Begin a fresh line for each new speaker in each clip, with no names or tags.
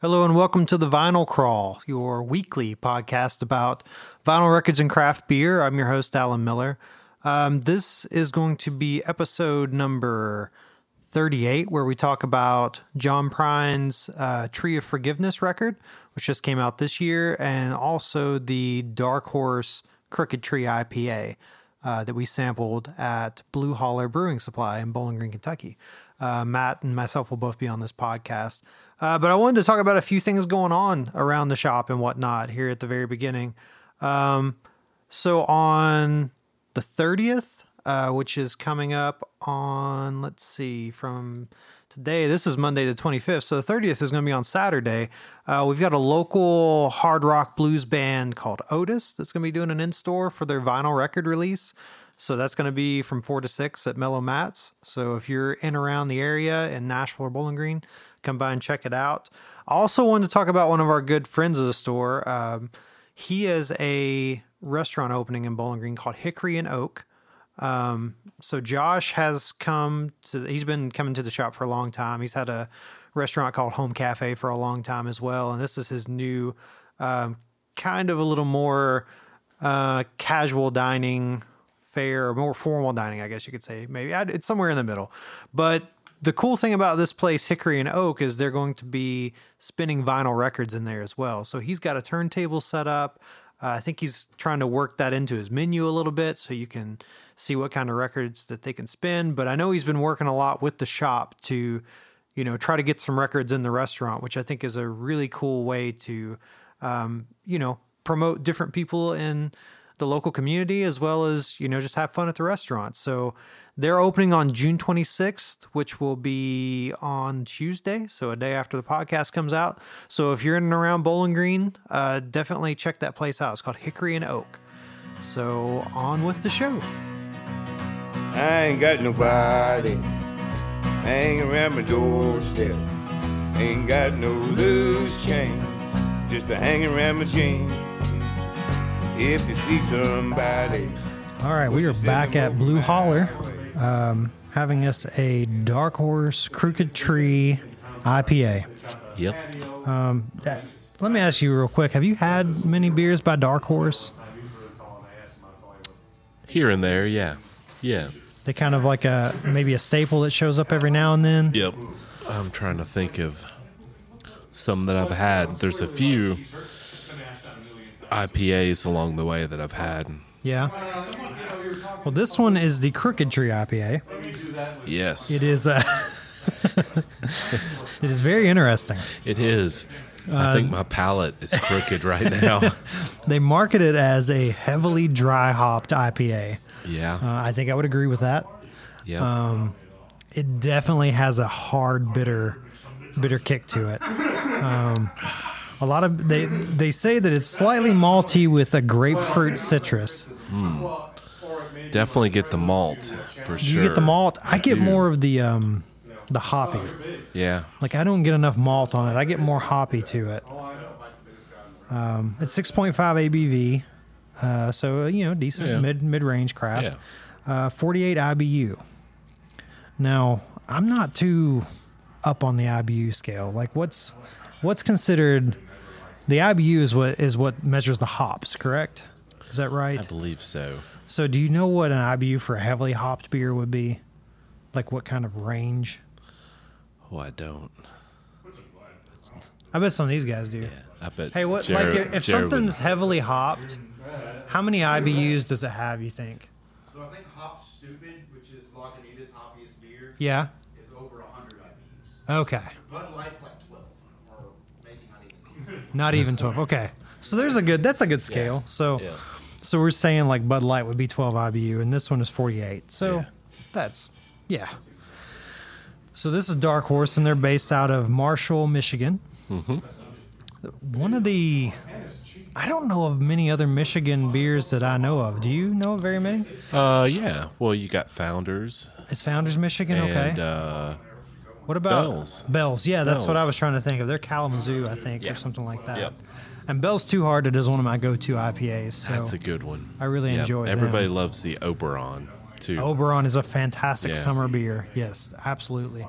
Hello and welcome to the Vinyl Crawl, your weekly podcast about vinyl records and craft beer. I'm your host, Alan Miller. Um, this is going to be episode number 38, where we talk about John Prine's uh, Tree of Forgiveness record, which just came out this year, and also the Dark Horse Crooked Tree IPA uh, that we sampled at Blue Holler Brewing Supply in Bowling Green, Kentucky. Uh, Matt and myself will both be on this podcast. Uh, but I wanted to talk about a few things going on around the shop and whatnot here at the very beginning. Um, so on the 30th, uh, which is coming up on, let's see, from today, this is Monday the 25th. So the 30th is going to be on Saturday. Uh, we've got a local hard rock blues band called Otis that's going to be doing an in store for their vinyl record release. So that's going to be from 4 to 6 at Mellow Mats. So if you're in around the area in Nashville or Bowling Green, come by and check it out. I also wanted to talk about one of our good friends of the store. Um, he is a restaurant opening in Bowling Green called Hickory and Oak. Um, so Josh has come to, he's been coming to the shop for a long time. He's had a restaurant called Home Cafe for a long time as well. And this is his new, um, kind of a little more uh, casual dining fare or more formal dining, I guess you could say. Maybe I'd- it's somewhere in the middle. But the cool thing about this place, Hickory and Oak, is they're going to be spinning vinyl records in there as well. So he's got a turntable set up. Uh, I think he's trying to work that into his menu a little bit so you can see what kind of records that they can spin. But I know he's been working a lot with the shop to, you know, try to get some records in the restaurant, which I think is a really cool way to, um, you know, promote different people in the local community as well as you know just have fun at the restaurant so they're opening on june 26th which will be on tuesday so a day after the podcast comes out so if you're in and around bowling green uh, definitely check that place out it's called hickory and oak so on with the show
I ain't got nobody hanging around my doorstep. Ain't got no loose change, just a hanging around my jeans. If you see somebody,
all right we are back at blue holler um, having us a dark horse crooked tree ipa
Yep.
That- Uh, let me ask you real quick have you had many beers by dark horse
Here and there, yeah. Yeah.
they kind of like a maybe a staple that shows up every now and then.
Yep. I'm trying to think of some that I've had. There's a few IPAs along the way that I've had.
Yeah. Well, this one is the Crooked Tree IPA.
Yes.
It is. Uh, it is very interesting.
It is. I think my palate is crooked right now.
They market it as a heavily dry hopped IPA. Uh, um,
yeah.
I think I would agree with that.
Yeah.
It definitely has a hard bitter bitter kick to it. Um, a lot of they they say that it's slightly malty with a grapefruit citrus.
Definitely get the malt for
You
sure.
get the malt. I get
do.
more of the um, the hoppy.
Yeah.
Like I don't get enough malt on it. I get more hoppy to it. Um, it's 6.5 ABV, uh, so you know decent
Yeah.
mid mid range
Yeah.
craft. Uh, 48 IBU. Now I'm not too up on the IBU scale. Like what's what's considered the IBU is what is what measures the hops, correct? Is that
I
right?
believe so.
So do you know what an IBU for a heavily hopped beer would be? Like what kind of range?
Oh, I don't.
I bet some of these guys do.
Yeah. I bet.
Hey, what
Jared-
like if, if
Jared would-
something's heavily hopped, how many IBUs does it have? You think?
So I think Hop Stupid, which is Lagunitas' hoppiest beer,
Yeah.
is over 100 IBUs.
Okay.
Bud Light's like 12, or maybe not even.
Not even twelve. Okay. So there's a good. That's a good scale. So,
Yeah.
so we're saying like Bud Light would be twelve IBU, and this one is forty-eight. So
Yeah.
that's yeah. So this is Dark Horse, and they're based out of Marshall, Michigan.
Mm-hmm.
One of the, I don't know of many other Michigan beers that I know of. Do you know of very many?
Uh, yeah. Well, you got Founders
Is Founders Michigan okay?
and uh,
What about
Bells.
Bells, yeah, that's what I
Bells.
was trying to think of. They're Kalamazoo, I think,
Yeah.
or something like that.
Yep.
And Bell's Too Hard it is one of my go-to IPAs. So
That's a good one.
I really
Yeah,
enjoy them.
Everybody loves the Oberon too.
Oberon is a fantastic
Yeah.
summer beer. Yes, absolutely.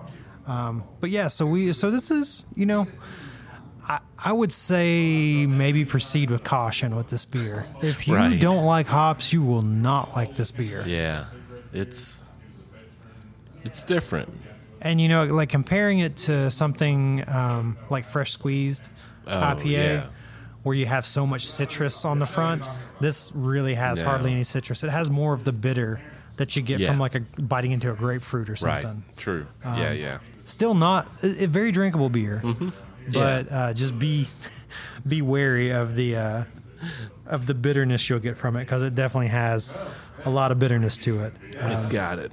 Um, but yeah, so we so this is you know, I, I would say maybe proceed with caution with this beer. If you
Right.
don't like hops, you will not like this beer.
Yeah, it's it's different.
And you know, like comparing it to something um, like fresh squeezed
Oh,
IPA,
yeah.
where you have so much citrus on the front, this really has
No.
hardly any citrus. It has more of the bitter that you get
Yeah.
from like a biting into a grapefruit or
Right.
something. Um,
True. yeah, yeah.
Still not a, a very drinkable beer,
Mm-hmm.
but uh, just be be wary of the uh, of the bitterness you'll get from it because it definitely has a lot of bitterness to it.
it's got it.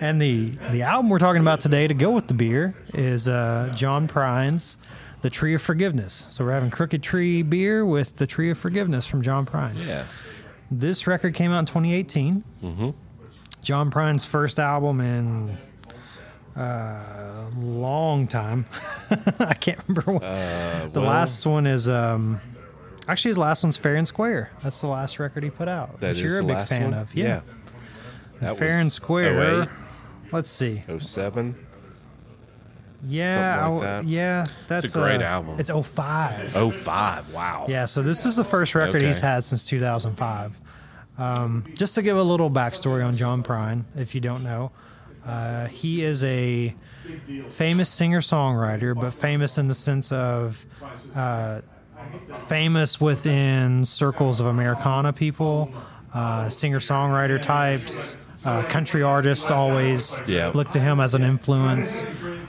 And the the album we're talking about today to go with the beer is uh, John Prine's "The Tree of Forgiveness." So we're having Crooked Tree beer with "The Tree of Forgiveness" from John Prine.
Yeah.
This record came out in 2018. Mm-hmm. John Prine's first album in uh, long time. I can't remember what. the
Uh, well-
last one is um, actually his last one's Fair and Square. That's the last record he put out.
That
which
is
you're a
the
big
last
fan
one?
of, yeah.
That
Fair and
was
Square.
08,
Let's see.
Oh, 07.
Yeah,
Something like
I w-
that.
yeah, that's
great
uh,
album.
It's 05.
05. Oh, Wow.
Yeah, so this is the first record
Okay.
he's had since 2005. Um, just to give a little backstory on John Prine, if you don't know, uh, he is a famous singer-songwriter, but famous in the sense of uh, famous within circles of Americana people, uh, singer-songwriter types. Uh, country artists always
Yeah.
look to him as an influence.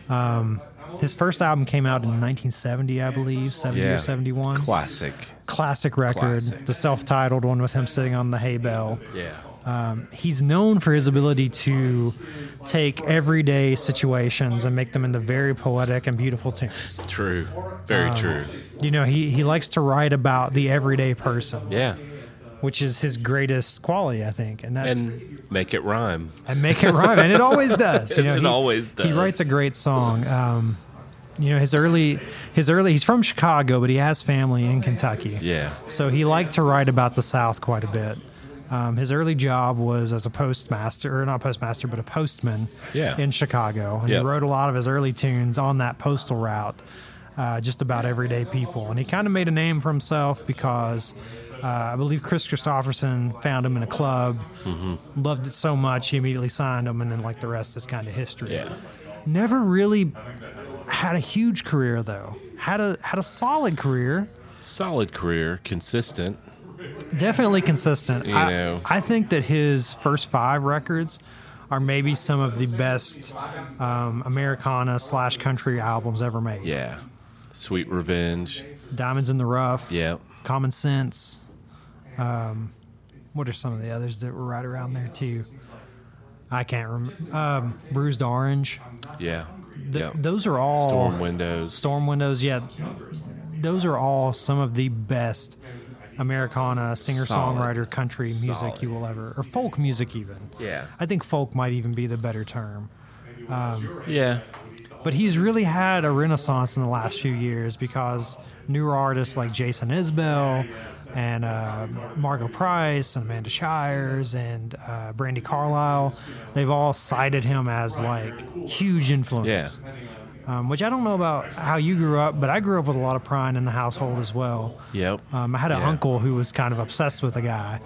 Um, His first album came out in 1970, I believe, 70
Yeah.
or 71.
Classic.
Classic record,
Classic.
the self titled one with him sitting on the hay bale.
Yeah.
He's known for his ability to take everyday situations and make them into very poetic and beautiful tunes.
True. Very
Um,
true.
You know, he, he likes to write about the everyday person,
Yeah.
which is his greatest quality, I think. And that's. And-
And make it rhyme.
make it rhyme, and it always does. You know,
It
he-
always does.
He writes a great song. Um, you know, his early, his early. He's from Chicago, but he has family in Kentucky.
Yeah.
So he liked to write about the South quite a bit. Um, his early job was as a postmaster, or not postmaster, but a postman
Yeah.
in Chicago. And
Yep.
he wrote a lot of his early tunes on that postal route, uh, just about everyday people. And he kind of made a name for himself because uh, I believe Chris Christopherson found him in a club,
Mm-hmm.
loved it so much, he immediately signed him, and then like the rest is kind of history.
Yeah.
Never really had a huge career though. Had a had a solid career,
Solid career, consistent.
definitely consistent.
You
I,
know.
I think that his first five records are maybe some of the best um, Americana slash country albums ever made.
Yeah. Sweet revenge.
Diamonds in the Rough.
Yeah.
Common Sense. Um, what are some of the others that were right around there too? I can't remember. Um, Bruised Orange.
Yeah.
Th-
yeah.
Those are all
Storm windows.
Oh. Storm Windows. Yeah, those are all some of the best Americana singer songwriter country music
Solid.
you will ever, or folk music even.
Yeah.
I think folk might even be the better term.
Yeah.
But he's really had a renaissance in the last few years because newer artists like Jason Isbell and uh, Margot Price and Amanda Shires and uh, Brandy Carlisle, they've all cited him as like huge influence.
Yeah.
Um, which I don't know about how you grew up, but I grew up with a lot of Prine in the household as well.
Yep.
Um, I had an
Yeah.
uncle who was kind of obsessed with the guy,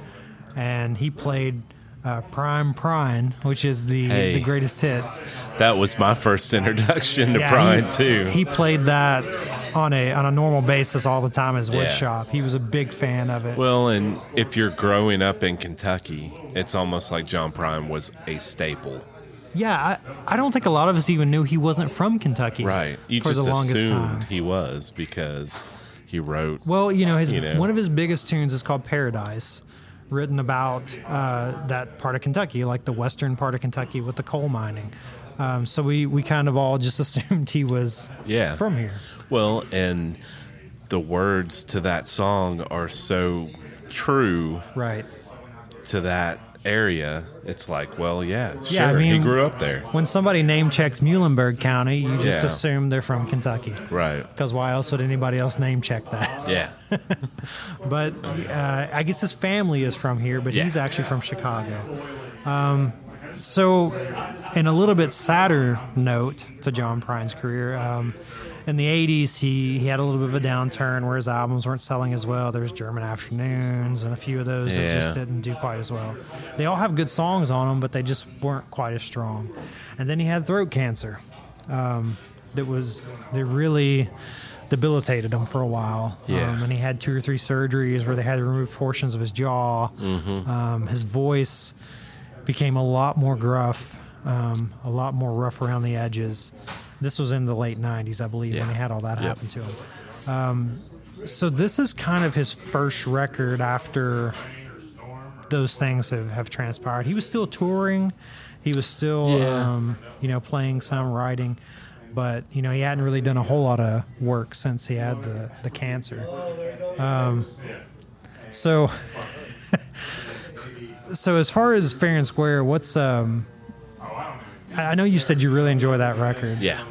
and he played uh, Prime Prine, which is the
Hey.
the greatest hits.
That was my first introduction to
Yeah,
Brian
he,
too.
He played that on a on a normal basis all the time at his wood
Yeah.
shop. He was a big fan of it.
well, and if you're growing up in Kentucky, it's almost like John Prime was a staple.
yeah, I, I don't think a lot of us even knew he wasn't from Kentucky.
Right. You
for
just
the longest
assumed
time.
he was because he wrote
Well, you know, his
You know.
one of his biggest tunes is called "Paradise," written about uh, that part of Kentucky, like the western part of Kentucky with the coal mining. Um, so we we kind of all just assumed he was
Yeah.
from here.
Well, and the words to that song are so true
Right.
to that area. It's like, well, yeah,
Yeah, I
sure, he
mean-
grew up there.
When somebody name checks Muhlenberg County, you just
Yeah.
assume they're from Kentucky.
Right.
Because why else would anybody else name check that?
Yeah.
But uh, I guess his family is from here, but
Yeah.
he's actually from Chicago. Um, so, in a little bit sadder note to John Prine's career, um, in the 80s, he, he had a little bit of a downturn where his albums weren't selling as well. There was German Afternoons and a few of those that just
Yeah.
didn't do quite as well. They all have good songs on them, but they just weren't quite as strong. And then he had throat cancer that was that really debilitated him for a while.
Yeah.
Um, and he had two or three surgeries where they had to remove portions of his jaw.
Mm-hmm.
Um, his voice became a lot more gruff, um, a lot more rough around the edges. This was in the late 90s, I believe, when
Yeah.
he had all that
Yep.
happen to him. Um, so this is kind of his first record after those things have, have transpired. He was still touring. He was still,
Yeah.
um, you know, playing some, writing, but you know, he hadn't really done a whole lot of work since he had the the cancer. Um, so, so as far as Fair and Square, what's um, I I know you said you really enjoy that record.
Yeah,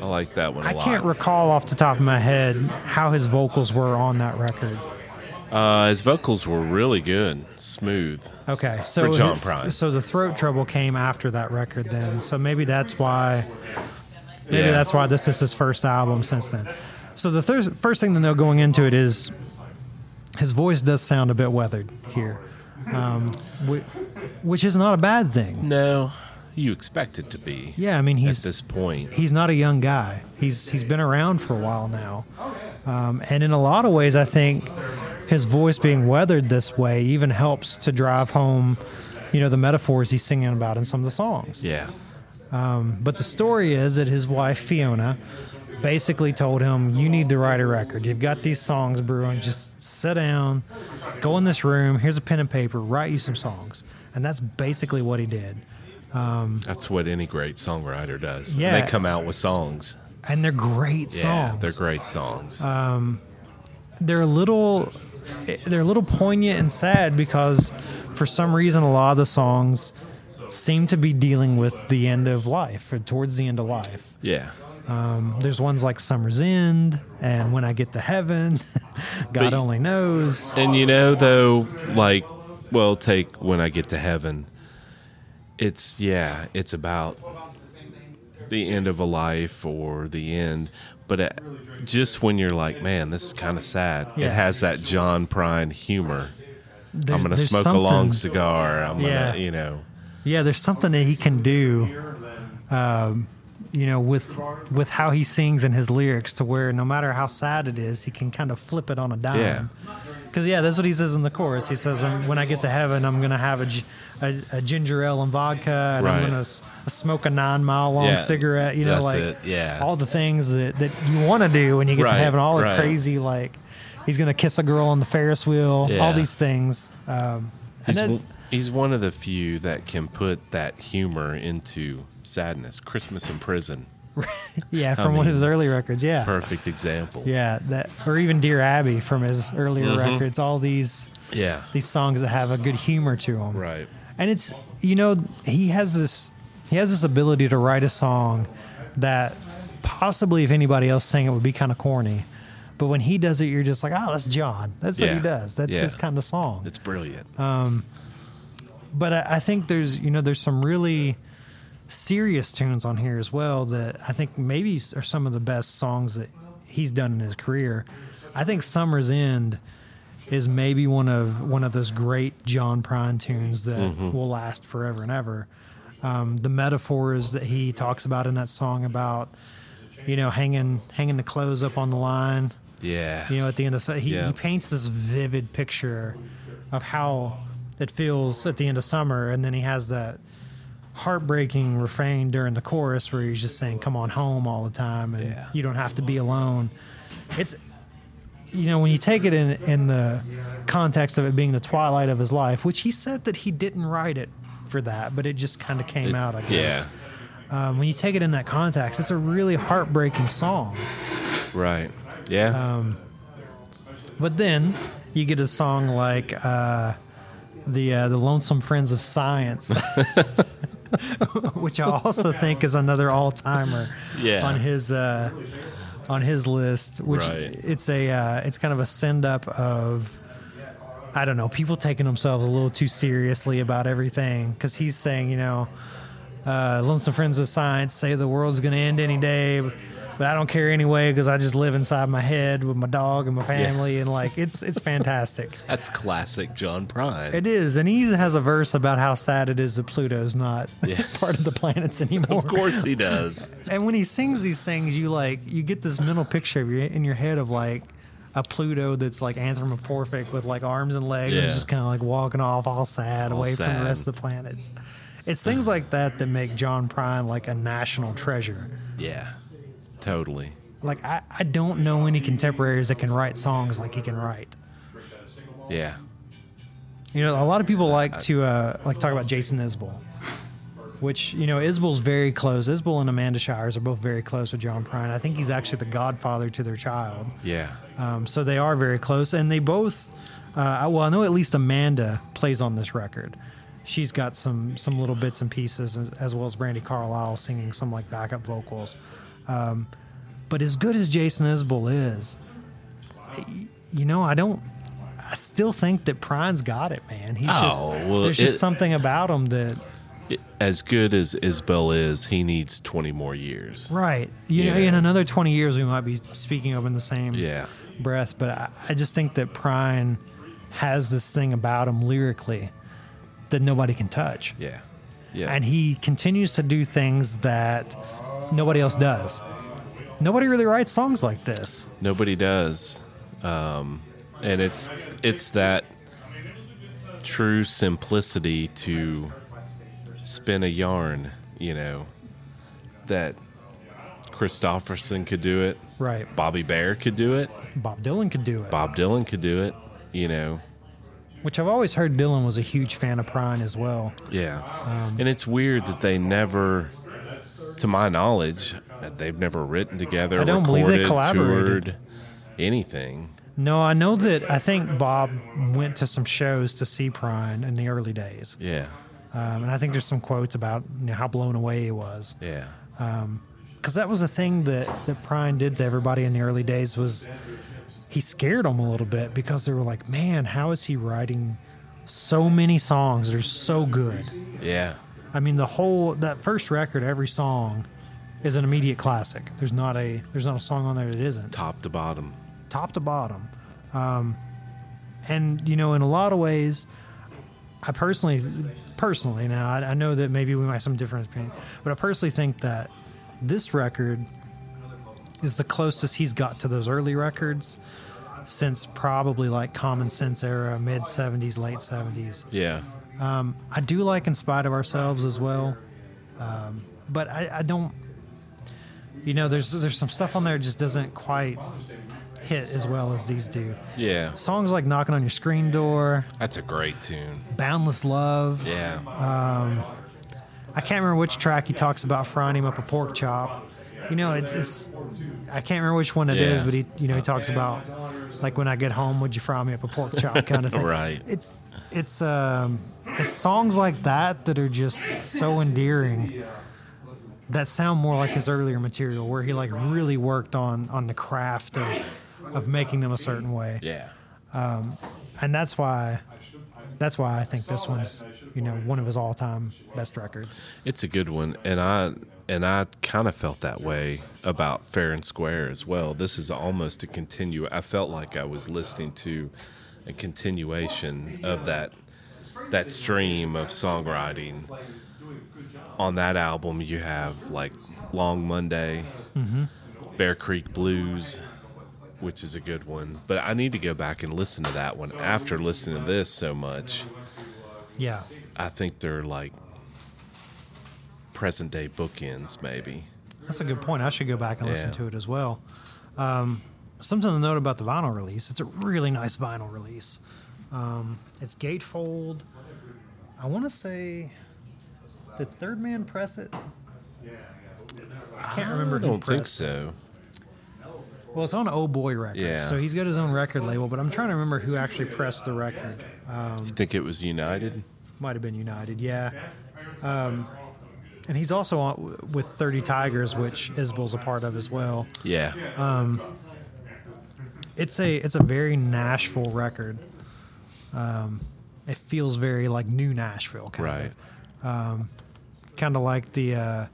I like that one a
I
lot.
can't recall off the top of my head how his vocals were on that record.
uh, his vocals were really good, smooth.
Okay, so
For John
it-
Prine.
So the throat trouble came after that record, then. So maybe that's why. Maybe
Yeah.
that's why this is his first album since then. So the thir- first thing to know going into it is his voice does sound a bit weathered here, um, whi- which is not a bad thing.
No, you expect it to be.
Yeah, I mean
At
he's
this point,
he's not a young guy. He's he's been around for a while now, um, and in a lot of ways, I think his voice being weathered this way even helps to drive home, you know, the metaphors he's singing about in some of the songs.
yeah,
But the story is that his wife Fiona basically told him, "You need to write a record. You've got these songs brewing. Just sit down, go in this room. Here's a pen and paper. Write you some songs." And that's basically what he did.
that's what any great songwriter does.
Yeah.
they come out with songs.
And they're great
Yeah,
songs. Uh,
they're great songs.
they're a little they're a little poignant and sad because for some reason a lot of the songs seem to be dealing with the end of life or towards the end of life
yeah,
there's ones like summer's end and when i get to heaven god
But-
only knows
And you know, though, like, well, take when I get to heaven. It's yeah, it's about the end of a life or the end, but it, just when you're like, man, this is kind of sad.
Yeah.
It has that John Prine humor.
There's-
I'm gonna
there's
smoke
something,
a long cigar. I'm
Yeah.
gonna, you know,
yeah there's something that he can do um, you know with with how he sings and his lyrics to where no matter how sad it is he can kind of flip it on a dime
yeah,
Because yeah, that's what he says in the chorus. He says, "Um, "When I get to heaven, I'm gonna have a, gi- a, a ginger ale and vodka, and I'm
Right.
gonna s- smoke a nine mile long
Yeah,
cigarette." You know,
that's
like
it, yeah.
all the things that, that you want to do when you get
Right,
to heaven. All the
right.
crazy like he's gonna kiss a girl on the Ferris wheel.
Yeah.
All these things. Um, and
he's
that's,
one- he's one of the few that can put that humor into sadness. Christmas in prison,
yeah, from
I
one of his
mean,
early records. Yeah,
perfect example.
yeah, that or even Dear Abby from his earlier
Mm-hmm.
records. All these
yeah,
these songs that have a good humor to them.
right.
and it's you know he has this he has this ability to write a song that possibly if anybody else sang it would be kind of corny but when he does it you're just like oh that's john that's what
Yeah.
he does that's
Yeah.
his kind of song
It's brilliant.
Uh, but I, I think there's you know there's some really serious tunes on here as well that i think maybe s- are some of the best songs that he's done in his career i think summer's end is maybe one of one of those great john prine tunes that will last forever and ever um, the metaphors that he talks about in that song about you know hanging hanging the clothes up on the line
yeah.
you know, at the end of su- he,
Yeah.
he paints this vivid picture of how it feels at the end of summer, and then he has that heartbreaking refrain during the chorus where he's just saying, "Come on home" all the time, and
Yeah.
you don't have to be alone. It's you know when you take it in in the context of it being the twilight of his life, which he said that he didn't write it for that, but it just kind of came
It-
out, I guess.
yeah.
Um, when you take it in that context, it's a really heartbreaking song.
Right.
Um,
Yeah.
But then you get a song like uh, the uh, the Lonesome Friends of Science, which I also think is another all timer
Yeah.
on his uh, on his list. Which
Right.
it's a uh, it's kind of a send up of. I don't know, people taking themselves a little too seriously about everything because he's saying, you know, uh, Lonesome Friends of Science say the world's going to end any day, but I don't care anyway because I just live inside my head with my dog and my family, and like it's it's fantastic.
That's classic John Prine.
it is, and he even has a verse about how sad it is that Pluto's not part of the planets anymore.
Of course he does.
And when he sings these things, you like you get this mental picture of your, in your head of like a Pluto that's like anthropomorphic with like arms and legs, and
Yeah.
just kind of like walking off all sad
All
away from
sad.
the rest of the planets. It's things like that that make John Prine like a national treasure.
Yeah, totally.
Like I, I don't know any contemporaries that can write songs like he can write.
Yeah,
You know, a lot of people like to uh, like talk about Jason Isbell, which you know Isbell's very close. Isbell and Amanda Shires are both very close with John Prine. I think he's actually the godfather to their child.
yeah.
Um, so they are very close, and they both. Uh, well, I know at least Amanda plays on this record. She's got some some little bits and pieces, as, as well as Brandy Carlisle singing some like backup vocals. Um, but as good as Jason Isbell is, you know, I don't. I still think that Prine's got it, man. He's just
Oh, well,
there's just
it-
something about him that
It- as good as Isbel is, he needs 20 more years.
right. You know,
Yeah.
in another 20 years we might be speaking of in the same
Yeah,
breath, but I, I just think that Prine has this thing about him lyrically that nobody can touch.
yeah, yeah.
And he continues to do things that nobody else does. Nobody really writes songs like this.
Nobody does, um, and it's it's that true simplicity to spin a yarn. You know that Christofferson could do it.
Right.
Bobby Bear could do it.
Bob Dylan could do it,
Bob Dylan could do it. You know,
which I've always heard Dylan was a huge fan of Prine as well.
yeah.
Um,
and it's weird that they never, to my knowledge, that they've never written together.
I don't believe they
recorded,
collaborated.
toured, anything.
No, I know that I think Bob went to some shows to see Prine in the early days.
Yeah,
Um, and I think there's some quotes about you know, how blown away he was.
yeah,
because that was the thing that that Prine did to everybody in the early days was he scared them a little bit because they were like, man, how is he writing so many songs? They're so good.
yeah.
I mean, the whole that first record, every song is an immediate classic. There's not a there's not a song on there that isn't
Top to bottom.
top to bottom. Um, and you know, in a lot of ways, I personally, personally now, I, I know that maybe we might have some different opinion, but I personally think that this record is the closest he's got to those early records since probably like Common Sense era, mid '70s, late '70s.
Yeah.
I do like In Spite of Ourselves as well, um, but I, I don't. You know, there's there's some stuff on there that just doesn't quite hit as well as these do.
Yeah.
Songs like "Knocking on Your Screen Door,"
That's a great tune.
"Boundless Love."
Yeah.
Uh, I can't remember which track he talks about frying him up a pork chop. You know, it's it's. I can't remember which one it is,
Yeah.
but he you know he talks about like when I get home, would you fry me up a pork chop kind of thing.
Right.
It's it's um it's songs like that that are just so endearing. That sound more like his earlier material, where he like really worked on on the craft of of making them a certain way,
yeah.
and that's why that's why I think this one's you know one of his all time best records.
It's a good one. And I and I kind of felt that way about Fair and Square as well. This is almost a continue. I felt like I was listening to a continuation of that that stream of songwriting. On that album, you have like Long Monday, Bear Creek Blues, which is a good one. But I need to go back and listen to that one after listening to this so much.
Yeah.
I think they're like present day bookends, maybe.
That's a good point. I should go back and listen
Yeah.
to it as well. Um, something to note about the vinyl release. It's a really nice vinyl release. Um, it's gatefold. I want to say, did Third Man press it? I can't remember
I
who
don't think
pressed.
so.
it. Well, it's on Oh Boy Records,
Yeah.
so he's got his own record label. But I'm trying to remember who actually pressed the record.
You think it was United?
Might have been United, yeah. Um, and he's also on, with 30 Tigers, which Isbell's a part of as well.
Yeah.
it's a it's a very Nashville record. Um, it feels very like new Nashville, kind
right.
of, kind of like the uh,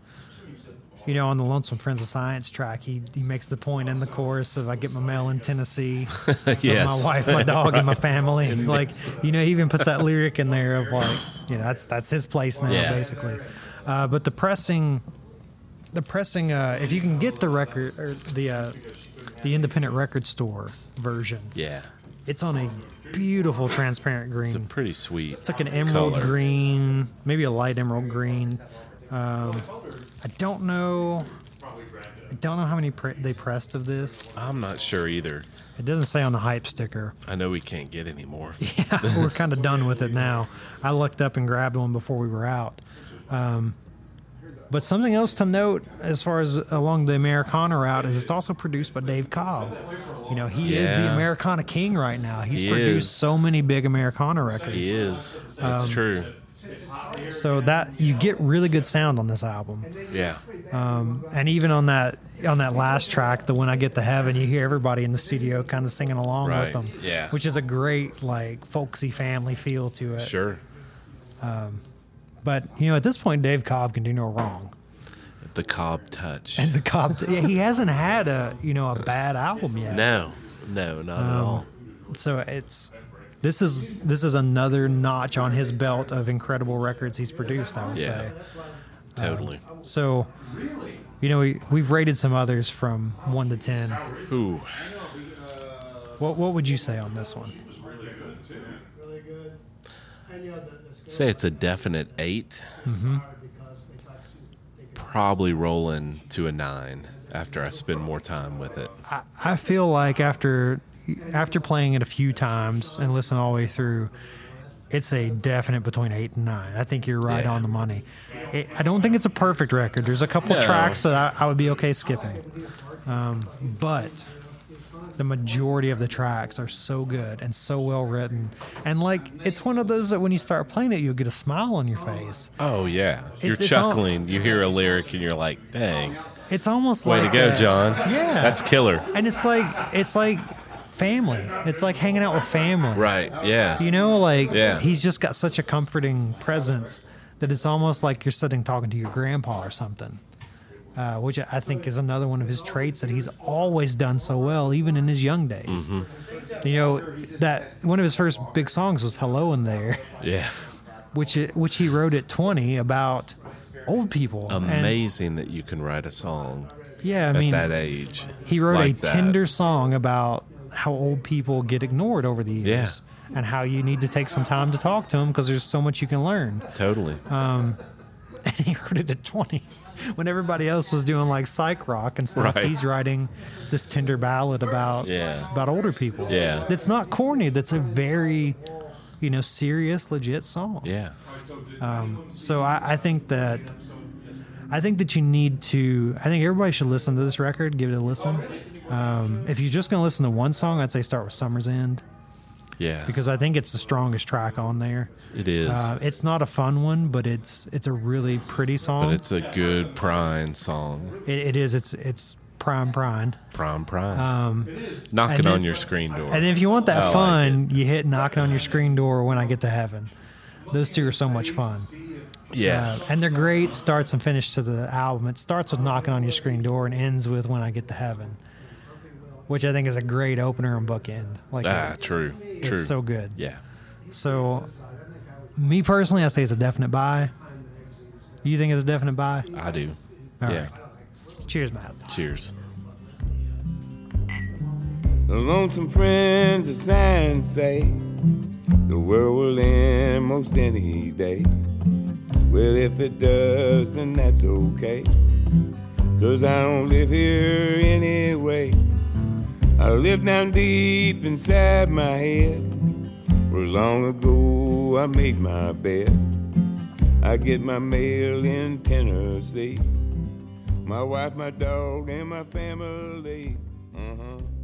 you know, on the Lonesome Friends of Science track, he he makes the point in the chorus of "I get my mail in Tennessee, with
Yes.
my wife, my dog, and my family." Like, you know, he even puts that lyric in there of like, you know, that's that's his place now,
Yeah.
basically. Uh, but the pressing, the pressing, uh, if you can get the record or the uh, the independent record store version,
Yeah.
it's on a beautiful transparent green.
It's a pretty sweet.
It's like an emerald
color.
green, maybe a light emerald green. Um, I don't know. I don't know how many pre- they pressed of this.
I'm not sure either.
It doesn't say on the hype sticker.
I know we can't get any more.
We're kind of done with it now. I looked up and grabbed one before we were out. Um, but something else to note as far as along the Americana route is it's also produced by Dave Cobb. You know, he is the
Yeah.
Americana king right now. He's
He
produced
is.
so many big Americana records.
He is. That's
Um,
true.
So that you get really good sound on this album. Um,
Yeah.
and even on that on that last track the when i get to heaven you hear everybody in the studio kind of singing along
Right,
with them
yeah.
which is a great like folksy family feel to it
Sure.
but you know at this point dave cobb can do no wrong
The Cobb touch.
and the cobb yeah, he hasn't had a you know a bad album yet Um,
No. No, not at all.
so it's this is this is another notch on his belt of incredible records he's produced i would
Yeah.
say
Totally.
so you know we, we've rated some others from 1 to 10
Ooh.
what, what would you say on this one
Say it's a definite 8 Probably rolling to a nine after I spend more time with it.
I- I feel like after after playing it a few times and listening all the way through, it's a definite between eight and nine. I think you're right
Yeah.
on the money. It, I don't think it's a perfect record. There's a couple
No.
tracks that I, I would be okay skipping, um, but the majority of the tracks are so good and so well written, and like it's one of those that when you start playing it, you'll get a smile on your face.
Oh yeah, you're
It's- it's all-
chuckling. you hear a lyric and you're like, "Dang,
It's almost
way
like
to go,
that-
John!
Yeah,
that's killer."
and it's like it's like family. It's like hanging out with family.
Right? Yeah.
You know, like
Yeah.
he's just got such a comforting presence that it's almost like you're sitting talking to your grandpa or something. Uh, which I think is another one of his traits that he's always done so well, even in his young days.
Mm-hmm.
You know that one of his first big songs was "Hello in There,"
Yeah.
which which he wrote at 20 about old people. And,
Amazing that you can write a song
yeah, I
at
mean,
that age.
He wrote
like
a
that.
tender song about how old people get ignored over the years and how you need to take some time to talk to them because there's so much you can learn.
Totally.
uh, And he wrote it at 20 when everybody else was doing like psych rock and stuff.
Right.
He's writing this tender ballad about
Yeah.
about older people.
Yeah.
That's not corny. That's a very you know serious legit song.
yeah.
So I, I think that I think that you need to. I think everybody should listen to this record. Give it a listen. Um, if you're just gonna listen to one song, I'd say start with "Summer's End"
Yeah.
because I think it's the strongest track on there.
it is,
Uh, it's not a fun one, but it's it's a really pretty song.
but it's a good prime song.
it, it is. It's it's prime prime.
Prime prime. Um, Knocking
and
on
then-
your screen door.
And if you want that
I like
fun, you hit "Knocking on Your Screen Door" when I get to heaven. Those two are so much fun.
yeah.
Uh, and they're great starts and finish to the album. It starts with knocking on your screen door and ends with when I get to heaven, which I think is a great opener and bookend. Like
ah,
it's-
true.
It's
True.
so good.
yeah.
So, me personally, I say it's a definite buy. You think it's a definite buy?
I do.
All
yeah.
Cheers, Matt.
Cheers.
The lonesome friends of science say the world will end most any day. Well, if it does, then that's okay. Cause I don't live here anyway. I live down deep inside my head. Where long ago I made my bed. I get my mail in Tennessee. My wife, my dog, and my family. Uh huh.